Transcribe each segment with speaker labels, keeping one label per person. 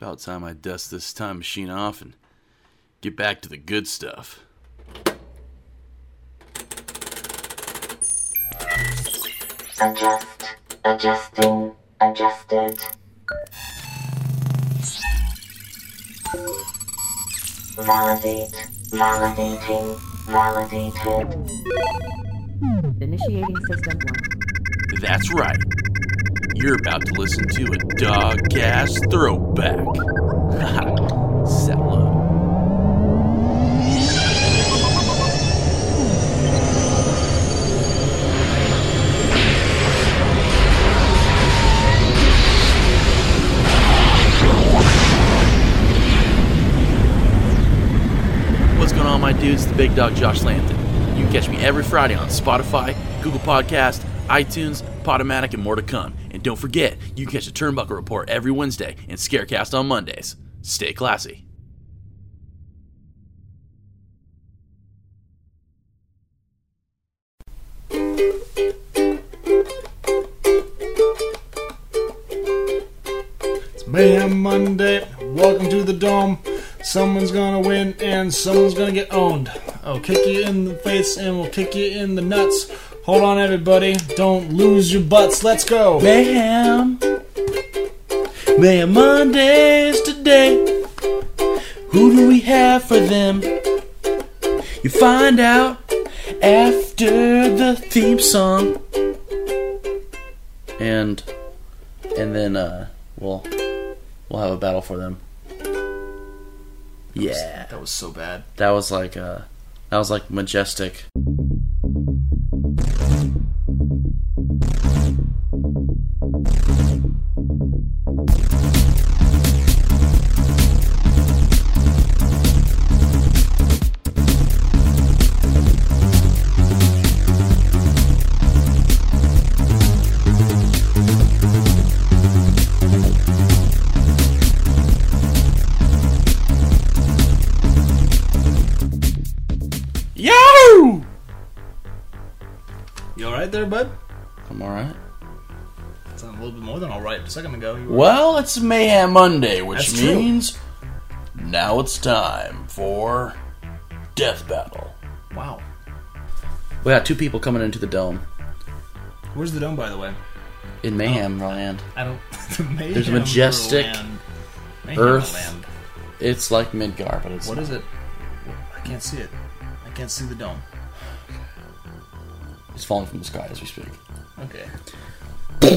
Speaker 1: about time I dust this time machine off and get back to the good stuff.
Speaker 2: Adjust, adjusting, adjusted. Validate, validating, validated.
Speaker 3: Initiating system one.
Speaker 1: That's right. You're about to listen to a dog ass throwback. Haha, Settle up. What's going on, my dudes? The big dog Josh Lampton. You can catch me every Friday on Spotify, Google Podcast, iTunes, Podomatic, and more to come. And don't forget, you can catch the Turnbuckle Report every Wednesday and Scarecast on Mondays. Stay classy.
Speaker 4: Mayhem Monday. Welcome to the dome. Someone's gonna win and someone's gonna get owned. I'll kick you in the face and we'll kick you in the nuts. Hold on, everybody. Don't lose your butts. Let's go.
Speaker 5: Mayhem. Mayhem Mondays today. Who do we have for them? You find out after the theme song.
Speaker 1: And and then uh we'll we'll have a battle for them. Yeah.
Speaker 4: That was so bad.
Speaker 1: That was like uh that was like majestic.
Speaker 4: Yahoo! You alright there, bud?
Speaker 1: I'm alright.
Speaker 4: Sounded a little bit more than alright a second ago. You were-
Speaker 1: Well, it's Mayhem Monday, which
Speaker 4: That's true.
Speaker 1: means now it's time for Death Battle.
Speaker 4: Wow.
Speaker 1: We got two people coming into the dome
Speaker 4: Where's the dome, by the way?
Speaker 1: in Mayhem
Speaker 4: Oh.
Speaker 1: Land.
Speaker 4: I don't. the
Speaker 1: There's
Speaker 4: Mayhem
Speaker 1: majestic
Speaker 4: Land. Mayhem
Speaker 1: earth.
Speaker 4: Land.
Speaker 1: It's like Midgar, but it's
Speaker 4: What is it? I can't see it. I can't see the dome.
Speaker 1: it's falling from the sky as we speak.
Speaker 4: Okay.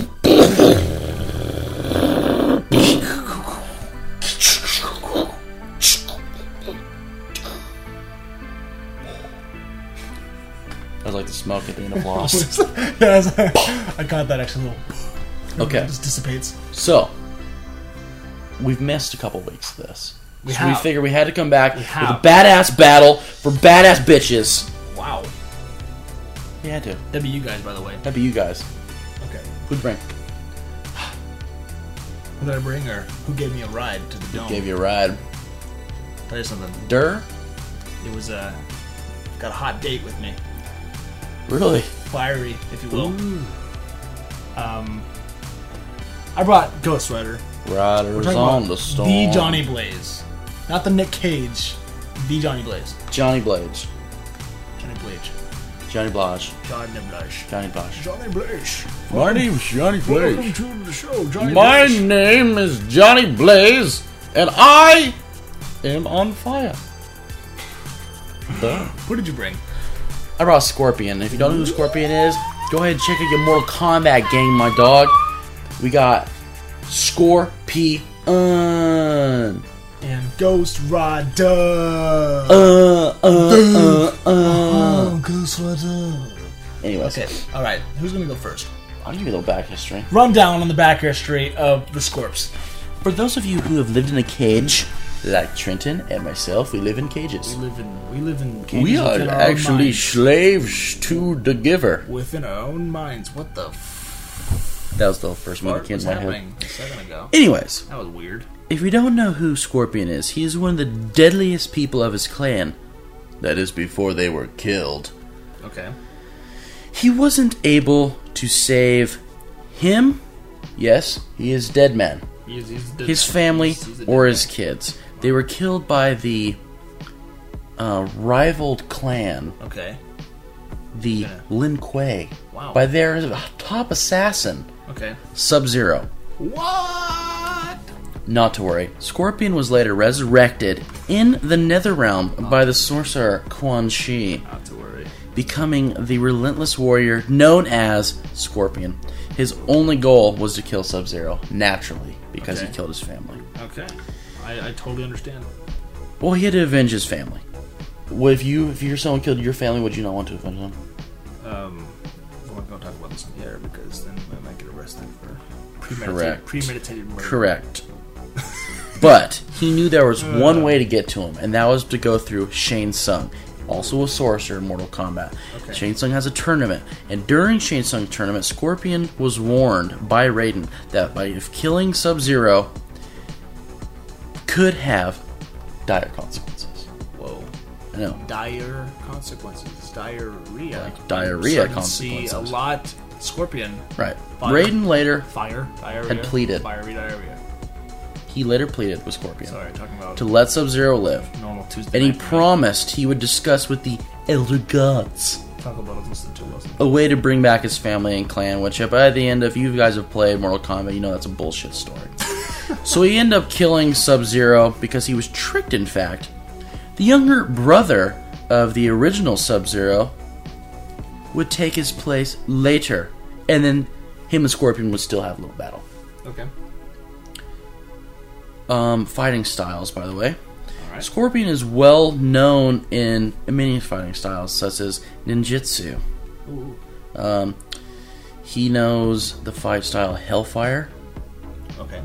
Speaker 1: I was like the smoke at the end of Lost.
Speaker 4: yeah, it's- I caught that actually. Little,
Speaker 1: okay,
Speaker 4: It just dissipates.
Speaker 1: so we've missed a couple weeks of this.
Speaker 4: We
Speaker 1: so we
Speaker 4: have.
Speaker 1: figured we had to come back with
Speaker 4: have.
Speaker 1: a badass battle for badass bitches.
Speaker 4: Wow.
Speaker 1: We had to.
Speaker 4: That'd be you guys, by the way.
Speaker 1: That'd be you guys.
Speaker 4: Okay.
Speaker 1: Who'd bring?
Speaker 4: Who did I bring, or who gave me a ride to the dome?
Speaker 1: Gave you a ride.
Speaker 4: Tell you something.
Speaker 1: Durr?
Speaker 4: It was uh, got a hot date with me.
Speaker 1: Really?
Speaker 4: Fiery, if you will. Um, I brought Ghost Rider.
Speaker 1: Riders
Speaker 4: We're talking
Speaker 1: on
Speaker 4: about
Speaker 1: the storm.
Speaker 4: The Johnny Blaze, not the Nick Cage. The Johnny Blaze.
Speaker 1: Johnny Blades.
Speaker 4: Johnny Blaze.
Speaker 1: Johnny Blage.
Speaker 4: Johnny Blaze.
Speaker 1: Johnny Blage.
Speaker 4: Johnny Blaze.
Speaker 1: My name's Johnny
Speaker 4: Welcome to the show, Johnny
Speaker 1: My
Speaker 4: Blaze.
Speaker 1: name is Johnny Blaze, and I am on fire. Duh.
Speaker 4: What did you bring?
Speaker 1: I brought Scorpion. If you don't know who Scorpion is, go ahead and check out your Mortal Kombat game, my dog. We got Scorpion. Uh,
Speaker 4: And Ghost Rider.
Speaker 1: uh, uh, uh.
Speaker 4: Oh, Ghost Rider.
Speaker 1: Anyways,
Speaker 4: Okay, all right. Who's gonna go first?
Speaker 1: I'll give you a little back history.
Speaker 4: Rundown on the back history of the Scorps.
Speaker 1: For those of you who have lived in a cage, like Trenton and myself, we live in cages.
Speaker 4: We live in we live in cages
Speaker 1: We are
Speaker 4: within our own
Speaker 1: actually
Speaker 4: minds.
Speaker 1: slaves to the giver.
Speaker 4: within our own minds. What the f-
Speaker 1: That was the first one that
Speaker 4: what
Speaker 1: came
Speaker 4: was
Speaker 1: to my head.
Speaker 4: happening a second ago?
Speaker 1: Anyways,
Speaker 4: That was weird.
Speaker 1: if you don't know who Scorpion is, he is one of the deadliest people of his clan. That is before they were killed.
Speaker 4: Okay.
Speaker 1: He wasn't able to save him. Yes, he is dead man.
Speaker 4: He's, he's the-
Speaker 1: his family
Speaker 4: he's the
Speaker 1: or
Speaker 4: dead
Speaker 1: his kids. They were killed by the uh, rivaled clan,
Speaker 4: guy. Okay.
Speaker 1: the Lin Kuei,
Speaker 4: Wow.
Speaker 1: by their top assassin,
Speaker 4: Okay.
Speaker 1: Sub Zero.
Speaker 4: What?
Speaker 1: Not to worry. Scorpion was later resurrected in the Netherrealm by the sorcerer Quan Shi,
Speaker 4: Not to worry.
Speaker 1: becoming the relentless warrior known as Scorpion. His only goal was to kill Sub Zero, naturally, because
Speaker 4: Okay.
Speaker 1: he killed his family.
Speaker 4: Okay. I, I totally understand.
Speaker 1: Well, he had to avenge his family. Well, if you if your someone killed your family, would you not want to avenge them?
Speaker 4: Um, we're not gonna talk about this on the air because then I might get arrested for premeditated,
Speaker 1: Correct.
Speaker 4: premeditated murder.
Speaker 1: Correct. but he knew there was one way to get to him, and that was to go through Shane Tsung, also a sorcerer in Mortal Kombat.
Speaker 4: Okay.
Speaker 1: Shane Tsung has a tournament, and during Shane Tsung's tournament, Scorpion was warned by Raiden that by if killing Sub Zero could have dire consequences.
Speaker 4: Whoa.
Speaker 1: I know.
Speaker 4: Dire consequences. Diarrhea.
Speaker 1: Like diarrhea
Speaker 4: I'm starting to See a
Speaker 1: consequences.
Speaker 4: lot. Scorpion.
Speaker 1: Right.
Speaker 4: Fire.
Speaker 1: Raiden later
Speaker 4: Fire. Diarrhea.
Speaker 1: Had pleaded.
Speaker 4: Fiery diarrhea.
Speaker 1: he later pleaded with Scorpion
Speaker 4: Sorry, talking about
Speaker 1: to let Sub Zero live.
Speaker 4: normal Tuesday.
Speaker 1: and he
Speaker 4: night.
Speaker 1: promised he would discuss with the Elder Gods
Speaker 4: Taco Bell doesn't listen to us.
Speaker 1: a way to bring back his family and clan, which by the end, if you guys have played Mortal Kombat, you know that's a bullshit story. so he ended up killing Sub Zero because he was tricked, in fact. The younger brother of the original Sub Zero would take his place later, and then him and Scorpion would still have a little battle.
Speaker 4: Okay.
Speaker 1: Um, fighting styles, by the way.
Speaker 4: Alright.
Speaker 1: Scorpion is well known in many fighting styles, such as ninjutsu.
Speaker 4: Ooh.
Speaker 1: Um, he knows the fight style Hellfire,
Speaker 4: Okay.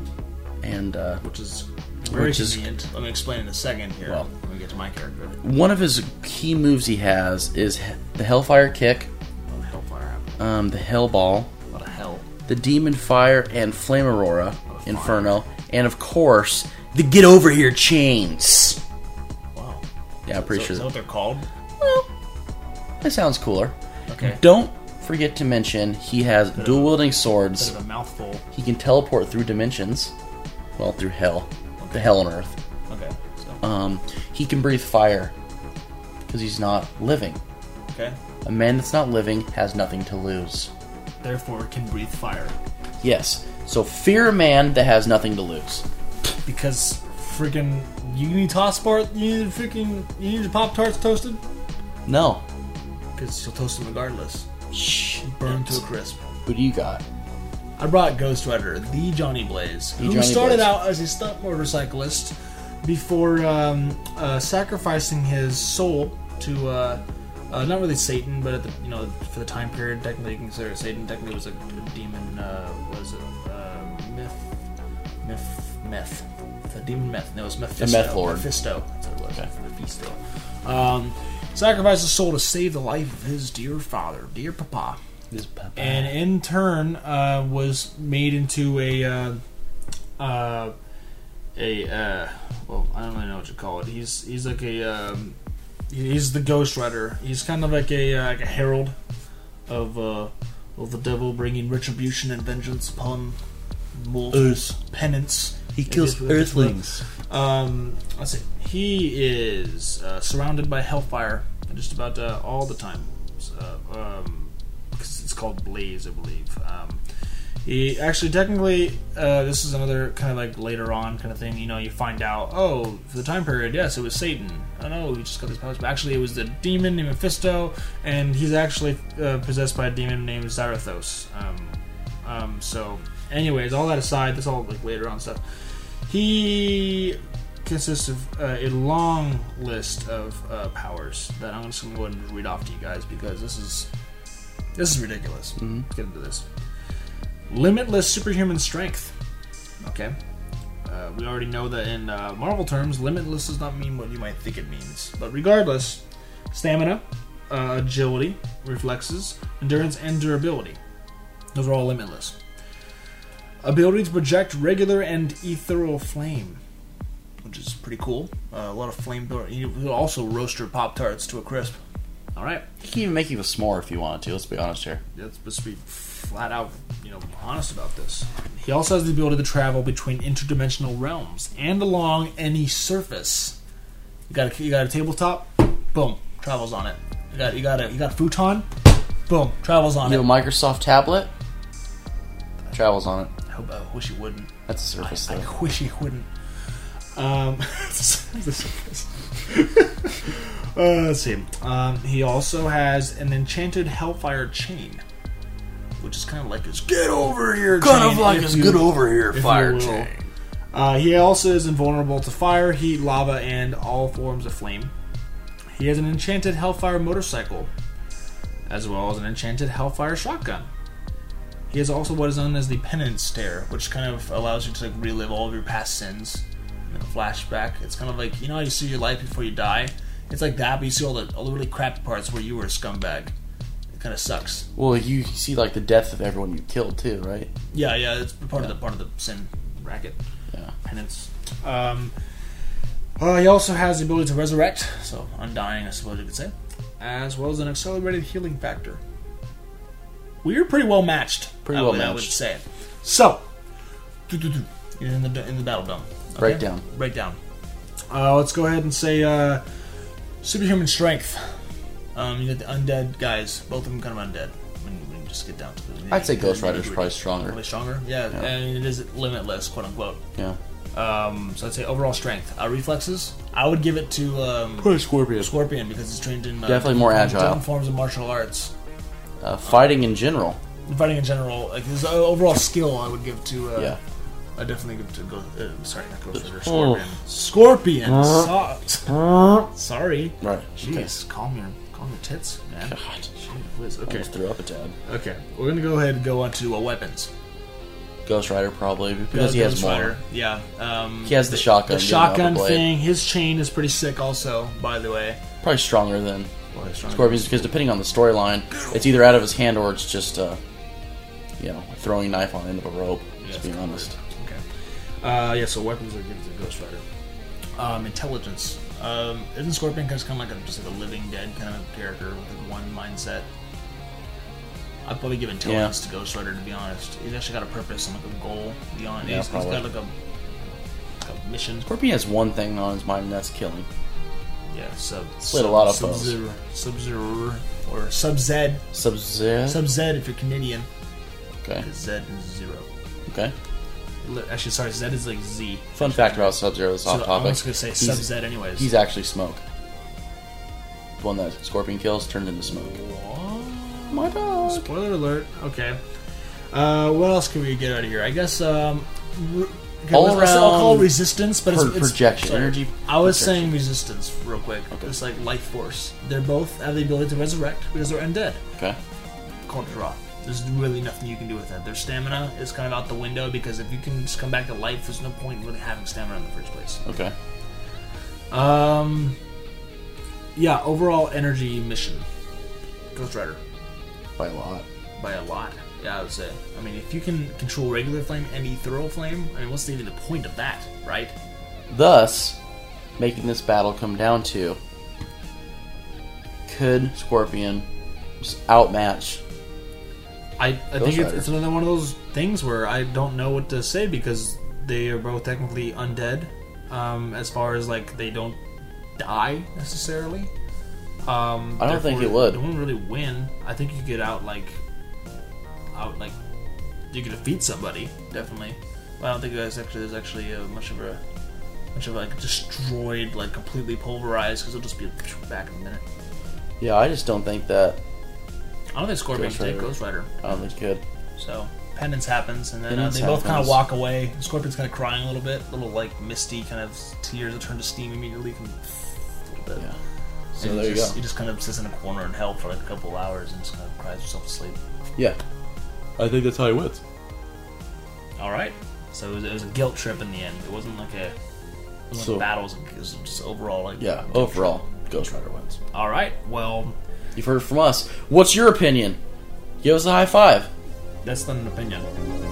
Speaker 1: and uh,
Speaker 4: Which is very
Speaker 1: Which is-
Speaker 4: convenient. Let me explain in a second here.
Speaker 1: Well.
Speaker 4: when we get to my character.
Speaker 1: one of his key moves he has is he- the Hellfire Kick,
Speaker 4: Oh, hellfire happened.
Speaker 1: um, the Hellball,
Speaker 4: A lot of hell.
Speaker 1: the Demon Fire, and Flame Aurora, Inferno, and of course, the Get Over Here Chains.
Speaker 4: Wow.
Speaker 1: Yeah, I'm pretty
Speaker 4: So, is that
Speaker 1: sure
Speaker 4: what they're called?
Speaker 1: that sounds cooler.
Speaker 4: Okay.
Speaker 1: Don't forget to mention he has dual wielding swords.
Speaker 4: Bit of a mouthful.
Speaker 1: He can teleport through dimensions. Well, through hell. The hell on earth.
Speaker 4: Okay. So.
Speaker 1: Um, he can breathe fire because he's not living.
Speaker 4: Okay.
Speaker 1: A man that's not living has nothing to lose.
Speaker 4: Therefore, can breathe fire
Speaker 1: Yes. So fear a man that has nothing to lose.
Speaker 4: because freaking you need toss part. You need freaking you need pop tarts toasted
Speaker 1: No.
Speaker 4: because you'll toast them regardless.
Speaker 1: Shh.
Speaker 4: Burn to a crisp.
Speaker 1: Who do you got?
Speaker 4: I brought Ghost Rider, the Johnny Blaze, who
Speaker 1: Johnny
Speaker 4: started
Speaker 1: Blaze.
Speaker 4: out as a stunt motorcyclist before um, uh, sacrificing his soul to uh, uh, not really Satan, but at the, you know for the time period, technically you consider it Satan. Technically, it was a, a demon. Uh, was it uh, myth, myth, meth? The demon meth. No, it was Mephisto.
Speaker 1: meth lord.
Speaker 4: Mephisto. That's what it was. Mephisto. Um, sacrificed his soul to save the life of his dear father, dear papa and in turn uh, was made into a uh, uh, a uh, well, I don't really know what you call it. He's he's like a um, he's the Ghost Rider. He's kind of like a uh, like a herald of uh, of the devil, bringing retribution and vengeance upon wolves, penance.
Speaker 1: He kills
Speaker 4: It is-
Speaker 1: earthlings.
Speaker 4: Um, let's see. He is uh, surrounded by hellfire just about uh, all the time. So, um, 'cause it's called Blaze, I believe. Um, he actually, technically, uh, this is another kind of like later on kind of thing. You know, you find out, oh, for the time period, yes, it was Satan. Oh no, he just got these powers. But actually, it was the demon named Mephisto, and he's actually uh, possessed by a demon named Zarathos. Um, um, so, anyways, all that aside, that's all like later on stuff. He consists of uh, a long list of uh, powers that I'm just going to go ahead and read off to you guys because this is this is ridiculous. Let's get into this. Limitless superhuman strength. Okay. Uh, we already know that in uh, Marvel terms, limitless does not mean what you might think it means. But regardless, stamina, uh, agility, reflexes, endurance, and durability. Those are all limitless. Ability to project regular and ethereal flame, which is pretty cool. Uh, a lot of flame. You could also roast your Pop Tarts to a crisp. All right,
Speaker 1: He can even make you a s'more if you wanted to. Let's be honest here.
Speaker 4: that's supposed to be flat out, you know, honest about this. He also has the ability to travel between interdimensional realms and along any surface. You got a, you got a tabletop, boom, travels on it. You got you got a you got a futon, boom, travels on
Speaker 1: You
Speaker 4: it.
Speaker 1: have a Microsoft tablet? Travels on it.
Speaker 4: I, hope, I wish he wouldn't.
Speaker 1: That's a surface
Speaker 4: I
Speaker 1: though.
Speaker 4: wish he wouldn't. Um, uh, let's see. Um, he also has an enchanted hellfire chain, which is kind of like his get over here. chain, if you-
Speaker 1: over here
Speaker 4: if you will. Uh, he also is invulnerable to fire, heat, lava, and all forms of flame. He has an enchanted hellfire motorcycle, as well as an enchanted hellfire shotgun. He has also what is known as the penance stare, which kind of allows you to like, relive all of your past sins in a flashback. It's kind of like you know how you see your life before you die. It's like that, but you see all the all the really crappy parts where you were a scumbag. It kind of sucks.
Speaker 1: Well, you see like the death of everyone you killed too, right?
Speaker 4: Yeah, yeah, it's part of the part of the sin racket.
Speaker 1: Yeah.
Speaker 4: penance. Um, uh, he also has the ability to resurrect, so undying, I suppose you could say, as well as an accelerated healing factor. We are pretty well matched.
Speaker 1: Pretty
Speaker 4: I
Speaker 1: well
Speaker 4: would- I would
Speaker 1: matched.
Speaker 4: say. So, doo-doo-doo, you're in the in the battle dome. Okay?
Speaker 1: Breakdown.
Speaker 4: Breakdown. Uh, let's go ahead and say uh, superhuman strength. Um, you got the undead guys. Both of them kind of undead. When, when you just get down to the.
Speaker 1: I'd say Ghost Rider's probably stronger.
Speaker 4: Probably stronger. Yeah,
Speaker 1: Yeah.
Speaker 4: and it is limitless, quote unquote.
Speaker 1: Yeah.
Speaker 4: Um, so I'd say overall strength. Uh, reflexes, I would give it to um,
Speaker 1: Probably Scorpion.
Speaker 4: Scorpion because it's trained in uh,
Speaker 1: Definitely more
Speaker 4: different-
Speaker 1: agile.
Speaker 4: different forms of martial arts.
Speaker 1: Uh, fighting in general.
Speaker 4: Fighting in general, like his uh, overall skill, I would give to. Uh,
Speaker 1: Yeah.
Speaker 4: I definitely give to go. Uh, sorry, not go for
Speaker 1: Oh.
Speaker 4: Scorpion. Scorpion. So- sorry.
Speaker 1: Right.
Speaker 4: Jeez, calm your calm your tits, man.
Speaker 1: God.
Speaker 4: Gee whiz,
Speaker 1: I
Speaker 4: Okay.
Speaker 1: just threw up a tad.
Speaker 4: Okay. We're gonna go ahead and go on to uh, weapons.
Speaker 1: Ghost Rider probably because he
Speaker 4: Ghost
Speaker 1: has more.
Speaker 4: Rider, Yeah. Um,
Speaker 1: He has the shotgun.
Speaker 4: the
Speaker 1: getting off
Speaker 4: shotgun
Speaker 1: blade.
Speaker 4: thing. His chain is pretty sick, also. By the way.
Speaker 1: Probably stronger than Scorpions because depending on the storyline, it's either out of his hand or it's just uh, you know, a throwing knife on the end of a rope.
Speaker 4: it's
Speaker 1: Just being
Speaker 4: covered.
Speaker 1: honest.
Speaker 4: Okay. Uh, yeah, so weapons are given to Ghost Rider. Um, intelligence. Um, isn't Scorpion kind of, kind of like a, just like a living dead kind of character with like one mindset? I'd probably give intelligence to Ghost Rider to be honest. He's actually got a purpose and like a goal beyond.
Speaker 1: Yeah,
Speaker 4: he's, he's got
Speaker 1: probably.
Speaker 4: like a, a mission.
Speaker 1: Scorpion has one thing on his mind, and that's killing.
Speaker 4: Yeah, sub.
Speaker 1: Played a lot of
Speaker 4: sub,
Speaker 1: foes.
Speaker 4: Sub-Zero, Sub-Zero, or Sub Z,
Speaker 1: Sub Zero.
Speaker 4: Sub Z if you're Canadian.
Speaker 1: okay.
Speaker 4: 'cause Z is zero.
Speaker 1: Okay.
Speaker 4: Li- Actually, sorry, Z is like Z.
Speaker 1: Fun fact about Sub Zero that's off
Speaker 4: So I'm
Speaker 1: topic.
Speaker 4: just gonna say
Speaker 1: He's-
Speaker 4: Sub Z anyways.
Speaker 1: He's actually smoke. The one that Scorpion kills turns into smoke.
Speaker 4: Oh
Speaker 1: My dog.
Speaker 4: Spoiler alert. Okay. Uh, what else can we get out of here? I guess um, re- okay,
Speaker 1: All
Speaker 4: let's- let's- I'll call
Speaker 1: around
Speaker 4: resistance, but
Speaker 1: pro-
Speaker 4: it's, it's
Speaker 1: projection,
Speaker 4: sorry.
Speaker 1: energy
Speaker 4: I was
Speaker 1: projection.
Speaker 4: saying resistance real quick.
Speaker 1: Okay.
Speaker 4: It's like life force. They're both have the ability to resurrect because they're undead.
Speaker 1: Okay.
Speaker 4: Called draw. There's really nothing you can do with that. Their stamina is kind of out the window because if you can just come back to life, there's no point in really having stamina in the first place.
Speaker 1: Okay.
Speaker 4: Um, yeah. Overall energy mission. Ghost Rider.
Speaker 1: By a lot.
Speaker 4: by a lot. Yeah, I would say. I mean, if you can control regular flame and ethereal flame, I mean, what's even the point of that, right?
Speaker 1: Thus, making this battle come down to could Scorpion just outmatch?
Speaker 4: I, I think it's,
Speaker 1: Rider.
Speaker 4: it's another one of those things where I don't know what to say because they are both technically undead, um, as far as like they don't die necessarily. Um,
Speaker 1: I don't think
Speaker 4: therefore,
Speaker 1: it would.
Speaker 4: They wouldn't really win. I think you could out like out like you could defeat somebody definitely. But I don't think there's actually there's actually uh, much of a much of like destroyed like completely pulverized because it'll just be back in a minute.
Speaker 1: Yeah, I just don't think that.
Speaker 4: I don't think Scorpion
Speaker 1: Ghost
Speaker 4: can take
Speaker 1: Rider.
Speaker 4: Ghost Rider.
Speaker 1: I don't think it could.
Speaker 4: So penance happens, and then
Speaker 1: Penance
Speaker 4: uh, they both kind of
Speaker 1: happens.
Speaker 4: walk away. Scorpion's kind of crying a little bit, little like misty kind of tears that turn to steam immediately. From a little bit.
Speaker 1: Yeah.
Speaker 4: And
Speaker 1: So
Speaker 4: he
Speaker 1: there you
Speaker 4: just,
Speaker 1: go.
Speaker 4: He just kind of sits in a corner and hell for like a couple hours and just kind of cries himself to sleep.
Speaker 1: Yeah. I think that's how he wins.
Speaker 4: All right. So it was, it was a guilt trip in the end. It wasn't like a, it wasn't
Speaker 1: So-
Speaker 4: like battles. It was just overall like
Speaker 1: Yeah. Overall, Ghost Rider wins.
Speaker 4: All right. Well,
Speaker 1: You've heard it from us. What's your opinion? Give us a high five.
Speaker 4: that's not an opinion.